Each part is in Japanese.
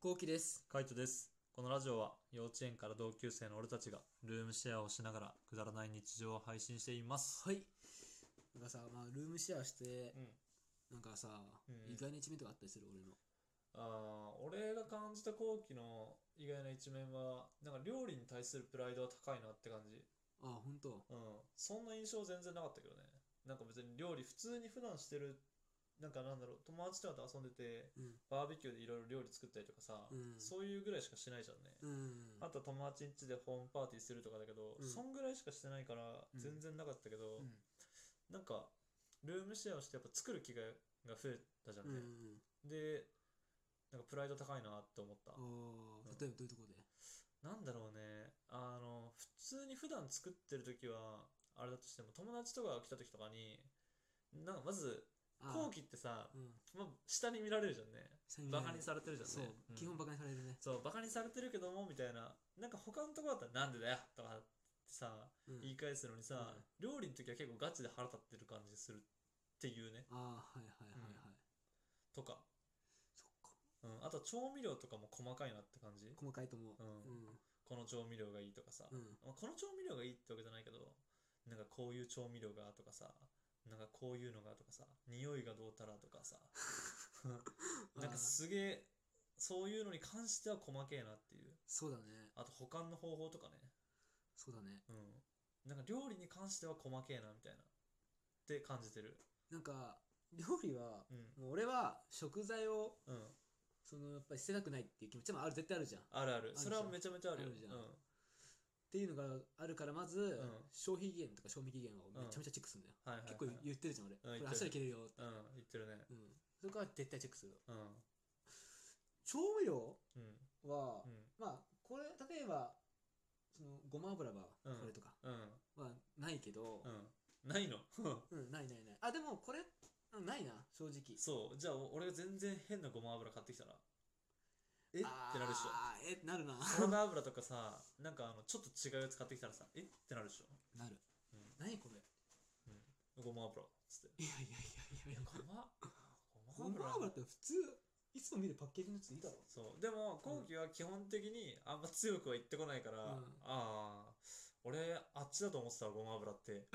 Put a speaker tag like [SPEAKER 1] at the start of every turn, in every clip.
[SPEAKER 1] こうきです。
[SPEAKER 2] カイトです。このラジオは幼稚園から同級生の俺たちがルームシェアをしながらくだらない日常を配信しています。
[SPEAKER 1] はい。なんかさ、まあ、ルームシェアして、
[SPEAKER 2] う
[SPEAKER 1] な
[SPEAKER 2] ん。
[SPEAKER 1] んかさ、
[SPEAKER 2] うん
[SPEAKER 1] 意外な一面とかあったりする俺の。
[SPEAKER 2] ああ、俺が感じた後期の意外な一面は、なんか料理に対するプライドは高いなって感じ。
[SPEAKER 1] ああ、ほんと。
[SPEAKER 2] うん。そんな印象全然なかったけどね。なんか別に料理普通に普段してる、なんかなんだろう、友達とかと遊んでて、
[SPEAKER 1] うん。
[SPEAKER 2] バーベキューでいろいろ料理作ったりとかさ、
[SPEAKER 1] うん
[SPEAKER 2] そういうぐらいしかしないじゃんね。
[SPEAKER 1] うん。
[SPEAKER 2] あと友達ん家でホームパーティーするとかだけど、
[SPEAKER 1] うん
[SPEAKER 2] そんぐらいしかしてないから
[SPEAKER 1] うん
[SPEAKER 2] 全然なかったけど、
[SPEAKER 1] うん。
[SPEAKER 2] なんかルームシェアをしてやっぱ作る機会が増えたじゃん
[SPEAKER 1] う
[SPEAKER 2] ね、
[SPEAKER 1] ん。
[SPEAKER 2] でなんかプライド高いなって思った
[SPEAKER 1] あ、あ、例えばどういうとこで
[SPEAKER 2] なんだろうねあの普通に普段作ってる時はあれだとしても友達とかが来た時とかになんかまず
[SPEAKER 1] ああ
[SPEAKER 2] 後期ってさ
[SPEAKER 1] うん。
[SPEAKER 2] まあ、下に見られるじゃんね
[SPEAKER 1] 下に見られ
[SPEAKER 2] バ
[SPEAKER 1] る
[SPEAKER 2] カにされてるじゃん
[SPEAKER 1] そう
[SPEAKER 2] ね、うん
[SPEAKER 1] 基本バカにされるね。
[SPEAKER 2] そうバカにされてるけどもみたいななんか他のとこだったらなんでだよとかってさ
[SPEAKER 1] うん。
[SPEAKER 2] 言い返すのにさ、
[SPEAKER 1] うん
[SPEAKER 2] 料理の時は結構ガチで腹立ってる感じするっていうね
[SPEAKER 1] ああ、はいはいはいはい。
[SPEAKER 2] とか、
[SPEAKER 1] そっか。
[SPEAKER 2] うん、あとは調味料とかも細かいなって感じ、
[SPEAKER 1] 細かいと思う。
[SPEAKER 2] う
[SPEAKER 1] う
[SPEAKER 2] ん
[SPEAKER 1] ん。
[SPEAKER 2] この調味料がいいとかさ、
[SPEAKER 1] うん。
[SPEAKER 2] まあこの調味料がいいってわけじゃないけどなんかこういう調味料がとかさなんかこういうのがとかさ匂いがどうたらとかさなんかすげえそういうのに関しては細けえなっていう
[SPEAKER 1] そうだね。
[SPEAKER 2] あと保管の方法とかね
[SPEAKER 1] そうだね。
[SPEAKER 2] うんなんか料理に関しては細けえなみたいなって感じてる
[SPEAKER 1] なんか、料理は、
[SPEAKER 2] うん
[SPEAKER 1] もう俺は食材を、
[SPEAKER 2] うん
[SPEAKER 1] その、やっぱり捨てたくないっていう気持ちもある、絶対あるじゃん。
[SPEAKER 2] あるある
[SPEAKER 1] じゃん
[SPEAKER 2] それはめちゃめちゃあ
[SPEAKER 1] あ
[SPEAKER 2] るよ
[SPEAKER 1] るじゃんっ
[SPEAKER 2] うん
[SPEAKER 1] ていうのがあるからまず、
[SPEAKER 2] ん
[SPEAKER 1] 消費期限とか賞味期限をめちゃめちゃチェックするんだよ、
[SPEAKER 2] はいはいはい
[SPEAKER 1] 結構言ってるじゃん俺、
[SPEAKER 2] 言って
[SPEAKER 1] これ
[SPEAKER 2] る
[SPEAKER 1] 明日で切れるよって、うんそれ
[SPEAKER 2] うん言ってるね
[SPEAKER 1] から絶対チェックする
[SPEAKER 2] うん
[SPEAKER 1] 調味料
[SPEAKER 2] うん
[SPEAKER 1] は、
[SPEAKER 2] うん
[SPEAKER 1] まあこれ例えばそのごま油は
[SPEAKER 2] うん
[SPEAKER 1] これとか
[SPEAKER 2] うん
[SPEAKER 1] はないけど、
[SPEAKER 2] うんないの
[SPEAKER 1] う んないないないあでもこれ、うん、ないな正直
[SPEAKER 2] そうじゃあお俺が全然変なごま油買ってきたらえって
[SPEAKER 1] あー
[SPEAKER 2] なるでしょ
[SPEAKER 1] えなるな
[SPEAKER 2] サラダ油とかさなんかあのちょっと違うやつ買ってきたらさえってなるでしょ
[SPEAKER 1] なる、
[SPEAKER 2] うん
[SPEAKER 1] 何これ
[SPEAKER 2] ごま油っつって
[SPEAKER 1] いやいやいやいやいや
[SPEAKER 2] ごま
[SPEAKER 1] ごま油って普通いつも見るパッケージのやついいだろ
[SPEAKER 2] そうでも後期は基本的にあんま強くは言ってこないから、
[SPEAKER 1] うん
[SPEAKER 2] ああ俺あっちだと思ってたわごま油って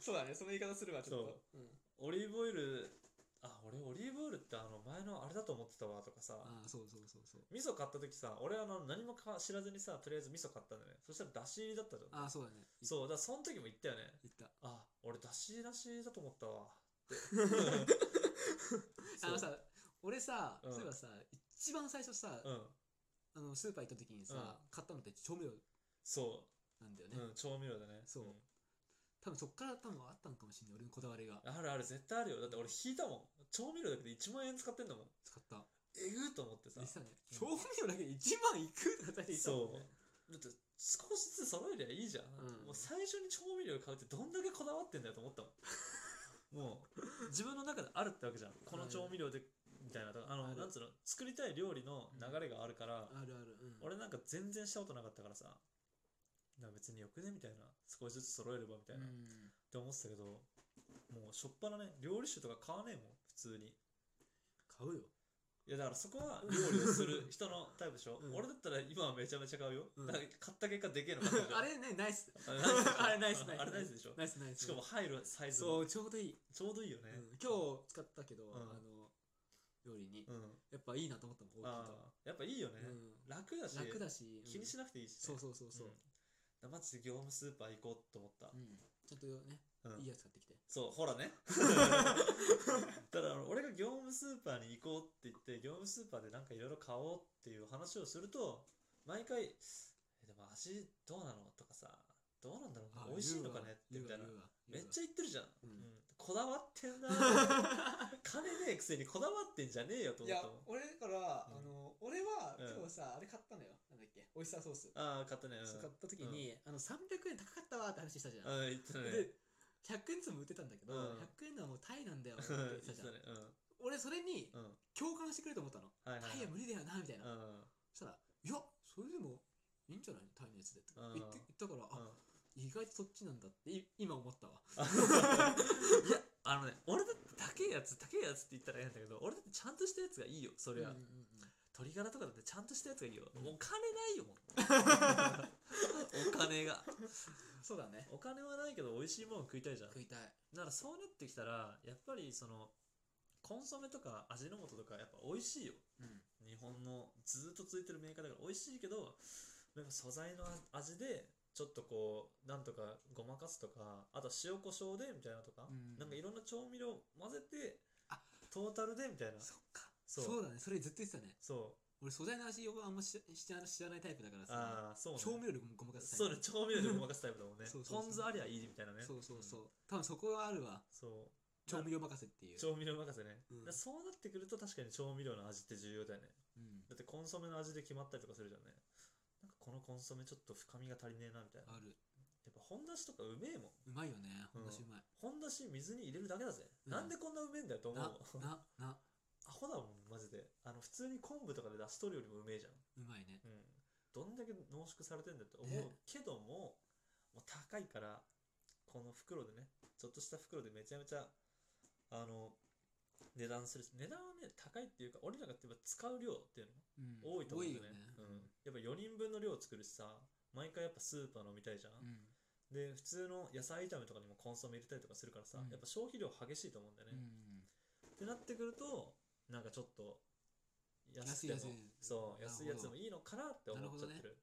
[SPEAKER 1] そうだねその言い方するわ
[SPEAKER 2] ちょっと
[SPEAKER 1] う、ん、
[SPEAKER 2] オリーブオイルあ俺オリーブオイルってあの前のあれだと思ってたわとかさ
[SPEAKER 1] ああそうそうそうそう
[SPEAKER 2] 味噌買った時さ俺あの何もか知らずにさとりあえず味噌買ったんだよねそしたらだし入りだったじゃん
[SPEAKER 1] ああそうだね
[SPEAKER 2] そうだからその時も言ったよね
[SPEAKER 1] 言った
[SPEAKER 2] あ俺だしだしだと思ったわって
[SPEAKER 1] あのさ俺さ、
[SPEAKER 2] うん
[SPEAKER 1] そういえばさ一番最初さ、
[SPEAKER 2] そううん
[SPEAKER 1] あのスーパー行った時にさ、
[SPEAKER 2] う
[SPEAKER 1] 買ったのって調味料
[SPEAKER 2] そ
[SPEAKER 1] なんだよね、
[SPEAKER 2] う、うん、調味料だね
[SPEAKER 1] そうん多分そっから多分あったのかもしれない俺のこだわりが
[SPEAKER 2] あるある絶対あるよだって俺引いたもん調味料だけで1万円使ってんだもん
[SPEAKER 1] 使った
[SPEAKER 2] えぐーと思ってさ
[SPEAKER 1] 言ってたね、
[SPEAKER 2] うん
[SPEAKER 1] 調味料だけで1万いくとか言ってたもんね
[SPEAKER 2] そうだって少しずつ揃えりゃいいじゃん、
[SPEAKER 1] うん
[SPEAKER 2] もう最初に調味料買うってどんだけこだわってんだよと思ったも んもう自分の中であるってわけじゃんこの調味料でみたいなだからあ
[SPEAKER 1] あ
[SPEAKER 2] の
[SPEAKER 1] る
[SPEAKER 2] なんつうの作りたい料理の流れがあるから、
[SPEAKER 1] あるある、うん、
[SPEAKER 2] 俺なんか全然したことなかったからさな別によくねみたいな少しずつ揃えればみたいな、
[SPEAKER 1] う
[SPEAKER 2] っ
[SPEAKER 1] ん
[SPEAKER 2] て思ってたけどもうしょっぱなね料理酒とか買わねえもん普通に
[SPEAKER 1] 買うよ
[SPEAKER 2] いやだからそこは料理をする人のタイプでしょ、
[SPEAKER 1] うん
[SPEAKER 2] 俺だったら今はめちゃめちゃ買うよ、
[SPEAKER 1] うん
[SPEAKER 2] だから買った結果でけえの買ったじゃ ん
[SPEAKER 1] あれねナイス
[SPEAKER 2] あれナイスでしょ
[SPEAKER 1] あれナイスナイスナイスナイ
[SPEAKER 2] あれナイスでしょ
[SPEAKER 1] ス
[SPEAKER 2] しかも入るサイズ
[SPEAKER 1] そ
[SPEAKER 2] も
[SPEAKER 1] うちょうどいい、
[SPEAKER 2] ちょうどいいよね
[SPEAKER 1] うん今日使ったけど、
[SPEAKER 2] ん
[SPEAKER 1] あの料理に、
[SPEAKER 2] うん
[SPEAKER 1] やっぱいいなと思ったもん大
[SPEAKER 2] あ
[SPEAKER 1] きい
[SPEAKER 2] ーやっぱいいよね、
[SPEAKER 1] う
[SPEAKER 2] 楽だし
[SPEAKER 1] と楽だし、うん
[SPEAKER 2] 気にしなくていいし、ね、
[SPEAKER 1] そうそうそうそう、
[SPEAKER 2] んだからマジで業務スーパー行こうと思った、
[SPEAKER 1] うんちゃんとね、
[SPEAKER 2] うん
[SPEAKER 1] いいやつ買ってきて。
[SPEAKER 2] そうほ らねただ俺が業務スーパーに行こうって言って業務スーパーでなんかいろいろ買おうっていう話をすると毎回えでも味どうなのとかさどうなんだろうな美味しいのかねってみたいなめっち
[SPEAKER 1] ゃ
[SPEAKER 2] ゃ言ってるじゃん、
[SPEAKER 1] うん
[SPEAKER 2] うんこだわってんな金ねえくせにこだわってんじゃねえよと
[SPEAKER 1] い
[SPEAKER 2] 思っ
[SPEAKER 1] や
[SPEAKER 2] たもん、
[SPEAKER 1] 俺だから、
[SPEAKER 2] うん
[SPEAKER 1] あの、俺は
[SPEAKER 2] うん
[SPEAKER 1] 今日さ、あれ買ったのよ。なんだっけ、オイスターソース。
[SPEAKER 2] ああ買ったねうん
[SPEAKER 1] そう買った時に、あの、300円高かったわって話したじゃん。
[SPEAKER 2] うん言ってたね
[SPEAKER 1] で、100円ずつも売ってたんだけど、
[SPEAKER 2] うん
[SPEAKER 1] 100円のはもうタイなんだよって
[SPEAKER 2] うん
[SPEAKER 1] 言っ
[SPEAKER 2] 言って
[SPEAKER 1] たじ
[SPEAKER 2] て
[SPEAKER 1] ゃん
[SPEAKER 2] た。ねうん
[SPEAKER 1] 俺、それに
[SPEAKER 2] うん
[SPEAKER 1] 共感してくれると思ったの。
[SPEAKER 2] はいはい
[SPEAKER 1] タイは無理だよな、みたいな。
[SPEAKER 2] う
[SPEAKER 1] そ
[SPEAKER 2] んうん
[SPEAKER 1] したら、いや、それでもいいんじゃないのタイのやつで。って
[SPEAKER 2] うん
[SPEAKER 1] 言って言ったから、あ、意外とそっちなんだってい今思ったわ。
[SPEAKER 2] いやあのね、俺だって高いやつ、高いやつって言ったら変だけど、俺だってちゃんとしたやつがいいよ、そ
[SPEAKER 1] うん
[SPEAKER 2] り
[SPEAKER 1] うん
[SPEAKER 2] ゃ。
[SPEAKER 1] うん
[SPEAKER 2] 鶏ガラとかだってちゃんとしたやつがいいよ。
[SPEAKER 1] うん
[SPEAKER 2] お金ないよ、もう お金が。
[SPEAKER 1] そうだね
[SPEAKER 2] お金はないけど、美味しいもの食いたいじゃん。
[SPEAKER 1] 食いたい
[SPEAKER 2] だからそうなってきたら、やっぱりその、コンソメとか味の素とかやっぱ美味しいよ。
[SPEAKER 1] うん
[SPEAKER 2] 日本のずっと続いてるメーカーだから美味しいけど、やっぱ素材の味で、ちょっとこう、なんとかごまかすとか、あと塩コショウでみたいなとか、
[SPEAKER 1] うん
[SPEAKER 2] なんかいろんな調味料混ぜて
[SPEAKER 1] あ、
[SPEAKER 2] トータルでみたいな。
[SPEAKER 1] そっか
[SPEAKER 2] そ
[SPEAKER 1] そううだねそれずっと言ってたね
[SPEAKER 2] そう。
[SPEAKER 1] 俺素材の味をあんまししちゃ知らないタイプだからさ
[SPEAKER 2] ああ、そうね。
[SPEAKER 1] 調味料でごまかすタ
[SPEAKER 2] そ
[SPEAKER 1] イ
[SPEAKER 2] うね
[SPEAKER 1] プ、。
[SPEAKER 2] 調味料でごまかすタイプだもん ね
[SPEAKER 1] そうそうそう
[SPEAKER 2] ポン酢ありゃいいみたいなね。
[SPEAKER 1] そうそうそう、
[SPEAKER 2] ん。
[SPEAKER 1] 多分そこはあるわ
[SPEAKER 2] そう。
[SPEAKER 1] 調味料任せっていう
[SPEAKER 2] 調味料任せね。
[SPEAKER 1] うん
[SPEAKER 2] だからそうなってくると確かに調味料の味って重要だよね。
[SPEAKER 1] うん
[SPEAKER 2] だってコンソメの味で決まったりとかするじゃんね。なんかこのコンソメちょっと深みが足りねえなみたいな。や
[SPEAKER 1] ある
[SPEAKER 2] っぱ本だしとかうめえもん。
[SPEAKER 1] うまいよね
[SPEAKER 2] うん
[SPEAKER 1] ほんとしうまい
[SPEAKER 2] 本だし水に入れるだけだぜ。
[SPEAKER 1] うん
[SPEAKER 2] なんでこんなうめえんだよと思う
[SPEAKER 1] な
[SPEAKER 2] もん。
[SPEAKER 1] なな
[SPEAKER 2] アホだもん、マジで。あの、普通に昆布とかで出しとるよりもうめえじゃん。
[SPEAKER 1] うまいね
[SPEAKER 2] うん。どんだけ濃縮されてんだって思
[SPEAKER 1] ね
[SPEAKER 2] うけども、もう高いから、この袋でね、ちょっとした袋でめちゃめちゃ、あの、値段するし、値段はね、高いっていうか、俺らがやっぱ使う量っていう
[SPEAKER 1] うん
[SPEAKER 2] の、多いと思うんだよね。
[SPEAKER 1] 多いよね
[SPEAKER 2] うん。やっぱ4人分の量作るしさ、毎回やっぱスーパー飲みたいじゃん。
[SPEAKER 1] うん
[SPEAKER 2] で、普通の野菜炒めとかにもコンソメ入れたりとかするからさ、
[SPEAKER 1] うん
[SPEAKER 2] やっぱ消費量激しいと思うんだよ
[SPEAKER 1] う
[SPEAKER 2] ね。
[SPEAKER 1] ん
[SPEAKER 2] ってなってくるとなんかちょっと
[SPEAKER 1] 安い
[SPEAKER 2] 安くても
[SPEAKER 1] やつ
[SPEAKER 2] そう
[SPEAKER 1] なるほ
[SPEAKER 2] 安
[SPEAKER 1] ど
[SPEAKER 2] いやつもいいのかなって思っちゃってる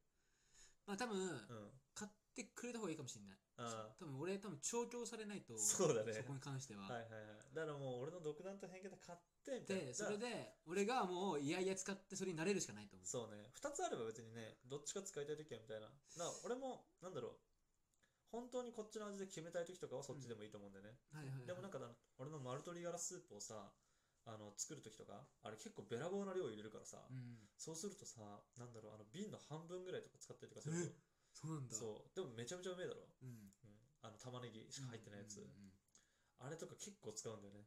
[SPEAKER 1] まあ多分
[SPEAKER 2] うん
[SPEAKER 1] 買ってくれた方がいいかもしれない
[SPEAKER 2] あ
[SPEAKER 1] 多分俺多分調教されないと
[SPEAKER 2] そうだね
[SPEAKER 1] そこに関して
[SPEAKER 2] あ
[SPEAKER 1] は、
[SPEAKER 2] はいはいはいだからもう俺の独断と偏見で買ってみたいな
[SPEAKER 1] でそれ
[SPEAKER 2] だから
[SPEAKER 1] で俺がもういやいや使ってそれに慣れるしかないと思う
[SPEAKER 2] そうね2つあれば別にねどっちか使いたい時はみたいなだから俺もなんだろう本当にこっちの味で決めたい時とかはそっちでもいいと思うんだよね、
[SPEAKER 1] はいはいはい、
[SPEAKER 2] でもなんかあの俺の丸鶏ガラスープをさあの作る時とかあれ結構べらぼうな量入れるからさ、
[SPEAKER 1] うん
[SPEAKER 2] そうするとさなんだろうあの瓶の半分ぐらいとか使ったりとかすると
[SPEAKER 1] そうなんだ
[SPEAKER 2] そうでもめちゃめちゃうめえだろ
[SPEAKER 1] うん、
[SPEAKER 2] うんあの玉ねぎしか入ってないやつ、
[SPEAKER 1] うんうんうん
[SPEAKER 2] あれとか結構使うんだよね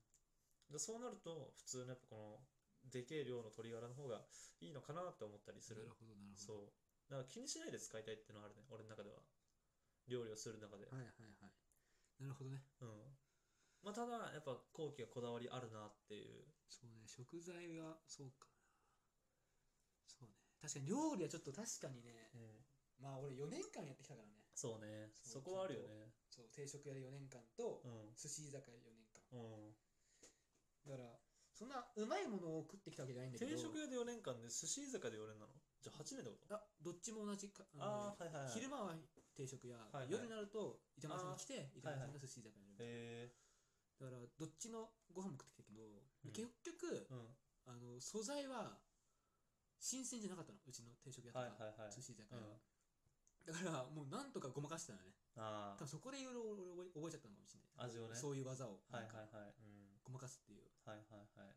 [SPEAKER 2] でそうなると普通のやっぱこのでけえ量の鶏ガラの方がいいのかなって思ったりする
[SPEAKER 1] なるほどなるほど
[SPEAKER 2] そうだから気にしないで使いたいっていうのはあるね俺の中では料理をする中で、
[SPEAKER 1] はいはいはいなるほどね
[SPEAKER 2] うんまあただやっぱ後期がこだわりあるなっていう
[SPEAKER 1] そうね食材はそうかなそうね確かに料理はちょっと確かにねまあ俺4年間やってきたからね
[SPEAKER 2] そうね
[SPEAKER 1] そ
[SPEAKER 2] そうこはあるよね
[SPEAKER 1] そう定食屋で4年間と
[SPEAKER 2] うん
[SPEAKER 1] 寿司居酒屋で4年間
[SPEAKER 2] うん、
[SPEAKER 1] だからそんなうまいものを食ってきたわけじゃないんだけど
[SPEAKER 2] 定食屋で4年間で寿司居酒屋で4年なのじゃあ8年ってこと
[SPEAKER 1] あどっちも同じかあの
[SPEAKER 2] ああーはいはいはい
[SPEAKER 1] 昼間は定食屋、
[SPEAKER 2] いはい
[SPEAKER 1] 夜になると板前さんが来て板前さんが寿司居酒屋になる、
[SPEAKER 2] へ
[SPEAKER 1] だからどっちのご飯も食ってきたけど、
[SPEAKER 2] うん
[SPEAKER 1] 結局
[SPEAKER 2] え、うん
[SPEAKER 1] あの素材は新鮮じゃなかったのうちの定食屋とか、
[SPEAKER 2] はいはいはい
[SPEAKER 1] 寿司居酒屋
[SPEAKER 2] うん
[SPEAKER 1] は、だからもうなんとかごまかしてたのね
[SPEAKER 2] あ
[SPEAKER 1] 多
[SPEAKER 2] あ
[SPEAKER 1] 分そこでいろいろ俺覚えちゃったのかもしれない
[SPEAKER 2] 味をね
[SPEAKER 1] そういう技をな
[SPEAKER 2] は
[SPEAKER 1] いん
[SPEAKER 2] はい
[SPEAKER 1] か
[SPEAKER 2] はい、うん、
[SPEAKER 1] ごまかすっていう
[SPEAKER 2] はいはいはい。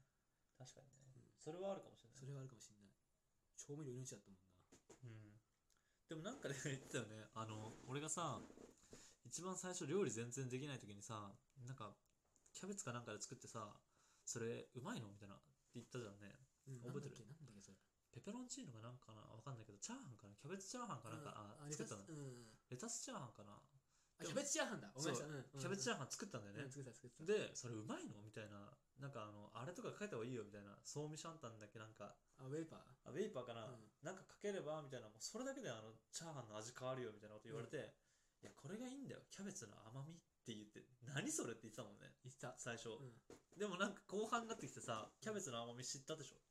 [SPEAKER 2] 確かにね。
[SPEAKER 1] うん
[SPEAKER 2] それはあるかもしれない。
[SPEAKER 1] それはあるかもしれない調味料命だったもんな
[SPEAKER 2] うん。でもなんかね、言ってたよね。あの、俺がさ、一番最初料理全然できない時にさ、なんか、キャベツかなんかで作ってさ、それうまいのみたいなって言ったじゃんね。
[SPEAKER 1] うん
[SPEAKER 2] 覚えてる
[SPEAKER 1] なんだっけなんだっけそれ
[SPEAKER 2] ペペロンチーノかなんかかなわかんないけど、チャーハンかなキャベツチャーハンかなんか、あ
[SPEAKER 1] あ、レ
[SPEAKER 2] 作
[SPEAKER 1] タ
[SPEAKER 2] っ
[SPEAKER 1] ス
[SPEAKER 2] た
[SPEAKER 1] う
[SPEAKER 2] の。
[SPEAKER 1] ん
[SPEAKER 2] レタスチャーハンかな
[SPEAKER 1] あキャベツチャーハンだ。お前さ、
[SPEAKER 2] そう
[SPEAKER 1] うんうん
[SPEAKER 2] キャベツ
[SPEAKER 1] ャ
[SPEAKER 2] チャ
[SPEAKER 1] ー
[SPEAKER 2] ーハン作ったんだよね。
[SPEAKER 1] うん、作ってた作ってた。
[SPEAKER 2] で、それうまいのみたいな。なんかあの、あれとか書いた方がいいよみたいな。ソーミシャンタンだっけなんか、
[SPEAKER 1] あ、ウェーパー。
[SPEAKER 2] あウェイパーかな、
[SPEAKER 1] うん
[SPEAKER 2] なんかかければみたいな、もうそれだけであのチャーハンの味変わるよみたいなこと言われて、いや、これがいいんだよ、キャベツの甘みって言って、何それって言ってたもんね、
[SPEAKER 1] 言ってた。
[SPEAKER 2] 最初。
[SPEAKER 1] うん、
[SPEAKER 2] でもなんか後半になってきてさ、キャベツの甘み知ったでしょ。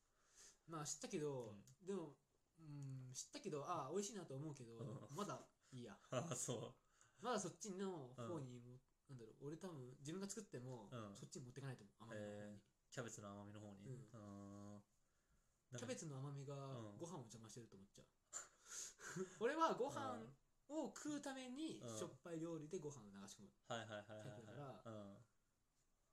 [SPEAKER 1] まあ知ったけど、でも、うん、知ったけど、あ、美味しいなと思うけど、
[SPEAKER 2] う
[SPEAKER 1] まだいいや。
[SPEAKER 2] ああ、 そ
[SPEAKER 1] まだそっちの
[SPEAKER 2] うん
[SPEAKER 1] 方にも、なんだろう、俺多分自分が作っても、
[SPEAKER 2] うん
[SPEAKER 1] そっちに持ってかないと思う。甘みの方に
[SPEAKER 2] えう。キャベツの甘みの方に。
[SPEAKER 1] うん
[SPEAKER 2] ん
[SPEAKER 1] キャベ
[SPEAKER 2] ツ
[SPEAKER 1] ツの甘みが
[SPEAKER 2] うん
[SPEAKER 1] ご飯を邪魔してると思っちゃう。 俺はご飯を食うために
[SPEAKER 2] うん
[SPEAKER 1] しょっぱい料理でご飯を流し込む。
[SPEAKER 2] はいはいはいはい
[SPEAKER 1] タイプだか
[SPEAKER 2] はい。うん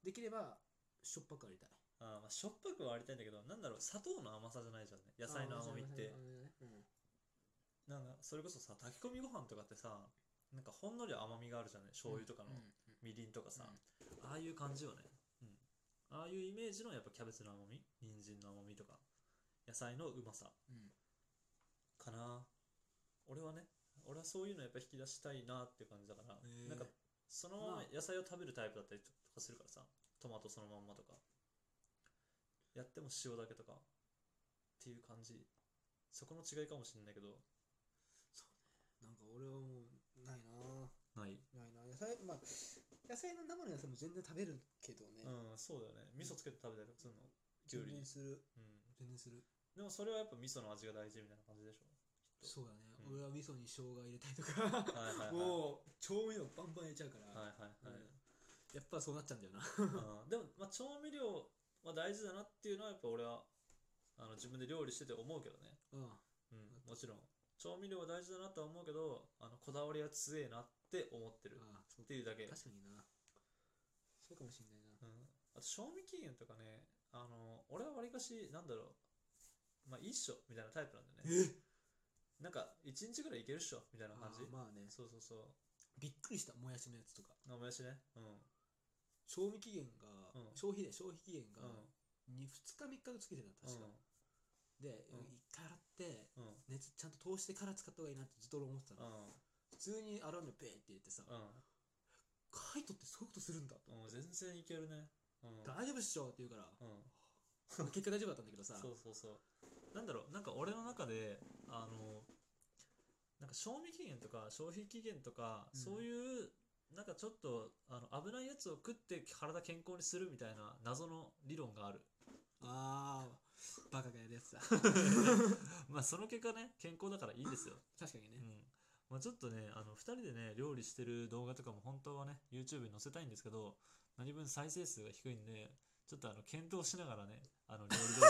[SPEAKER 1] できればしょっぱくありたい。
[SPEAKER 2] あーまあ、しょっぱくはありたいんだけど、なんだろう、砂糖の甘さじゃないじゃんね。野菜の甘みっ
[SPEAKER 1] あー。。野
[SPEAKER 2] て
[SPEAKER 1] 菜の甘みだねうん
[SPEAKER 2] なんか、それこそさ、炊き込みご飯とかってさ、なんかほんのり甘みがあるじゃんね。醤油とかの
[SPEAKER 1] うんうん
[SPEAKER 2] みりんとかさ、
[SPEAKER 1] うん
[SPEAKER 2] ああいう感じよね、うん、ああいうイメージのやっぱキャベツの甘み人参の甘みとか野菜のうまさ
[SPEAKER 1] うん
[SPEAKER 2] かな俺はね俺はそういうのやっぱ引き出したいなっていう感じだから、
[SPEAKER 1] へえ
[SPEAKER 2] なんかそのまま野菜を食べるタイプだったりとかするからさ、トマトそのまんまとかやっても塩だけとかっていう感じそこの違いかもしれないけど
[SPEAKER 1] なんか俺はもうないな
[SPEAKER 2] ない
[SPEAKER 1] ないな野菜まあ野菜の生の野菜も全然食べるけどね、
[SPEAKER 2] うんそうだよね味噌つけて食べたりとかするのきゅう
[SPEAKER 1] 全
[SPEAKER 2] り
[SPEAKER 1] 然
[SPEAKER 2] に
[SPEAKER 1] する
[SPEAKER 2] うん
[SPEAKER 1] 全然する
[SPEAKER 2] でもそれはやっぱ味噌の味が大事みたいな感じでしょきっと
[SPEAKER 1] そうだね、
[SPEAKER 2] うん
[SPEAKER 1] 俺は味噌に生姜入れたりとか
[SPEAKER 2] はいはいはい
[SPEAKER 1] もう調味料バンバン入れちゃうから、
[SPEAKER 2] はいはいは
[SPEAKER 1] や
[SPEAKER 2] い、
[SPEAKER 1] っぱそうなっちゃうんだよな
[SPEAKER 2] うんでも、まあ、調味料は大事だなっていうのはやっぱ俺はあの自分で料理してて思うけどね、
[SPEAKER 1] うん
[SPEAKER 2] うん、もちろん調味料は大事だなとは思うけどあのこだわりは強えなって思ってる
[SPEAKER 1] ああそう
[SPEAKER 2] っていうだけ、
[SPEAKER 1] 確かになそうかもしんないな
[SPEAKER 2] うん、あと賞味期限とかねあの俺はわりかしなんだろうまあいいっしょみたいなタイプなんだよ
[SPEAKER 1] え
[SPEAKER 2] ねなんか1日ぐらいいけるっしょみたいな感じ、
[SPEAKER 1] まあね
[SPEAKER 2] そうそうそう
[SPEAKER 1] びっくりしたもやしのやつとか
[SPEAKER 2] あもやしねうん
[SPEAKER 1] 賞味期限が、
[SPEAKER 2] うん
[SPEAKER 1] 消費で消費期限
[SPEAKER 2] う
[SPEAKER 1] が 2, 2日3日でつけてた確か、で、
[SPEAKER 2] う
[SPEAKER 1] 一
[SPEAKER 2] ん
[SPEAKER 1] 回洗って
[SPEAKER 2] んうん
[SPEAKER 1] 熱ちゃんと通してから使った方がいいなってずっと俺思ってたの、
[SPEAKER 2] うん
[SPEAKER 1] 普通に洗うのペーって入れてさ、カイトってそういうことするんだと、
[SPEAKER 2] うん、うん、全然いけるねうん
[SPEAKER 1] 大丈夫っしょって言うから、
[SPEAKER 2] うん
[SPEAKER 1] まあ結果大丈夫だったんだけどさ
[SPEAKER 2] そうそうそうなんだろうなんか俺の中であのなんか賞味期限とか消費期限とか、
[SPEAKER 1] うん
[SPEAKER 2] そういうなんかちょっとあの危ないやつを食って体健康にするみたいな謎の理論がある
[SPEAKER 1] ああバカがやるやつだ
[SPEAKER 2] まあその結果ね健康だからいいですよ、
[SPEAKER 1] 確かに
[SPEAKER 2] う
[SPEAKER 1] ね、
[SPEAKER 2] んまあ、ちょっとねあの2人でね料理してる動画とかも本当はね YouTube に載せたいんですけど何分再生数が低いんでちょっとあの検討しながらねあの料理動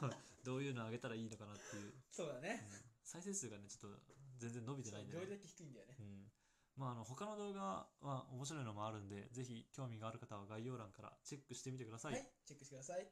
[SPEAKER 2] 画を どういうのあげたらいいのかなっていう
[SPEAKER 1] そうだね
[SPEAKER 2] 再生数がねちょっと全然伸びてないんで、ね
[SPEAKER 1] どれだけ低いんだよね
[SPEAKER 2] うんまあ、あの他の動画は面白いのもあるんでぜひ興味がある方は概要欄からチェックしてみてくださ、
[SPEAKER 1] はいい、チェックしてください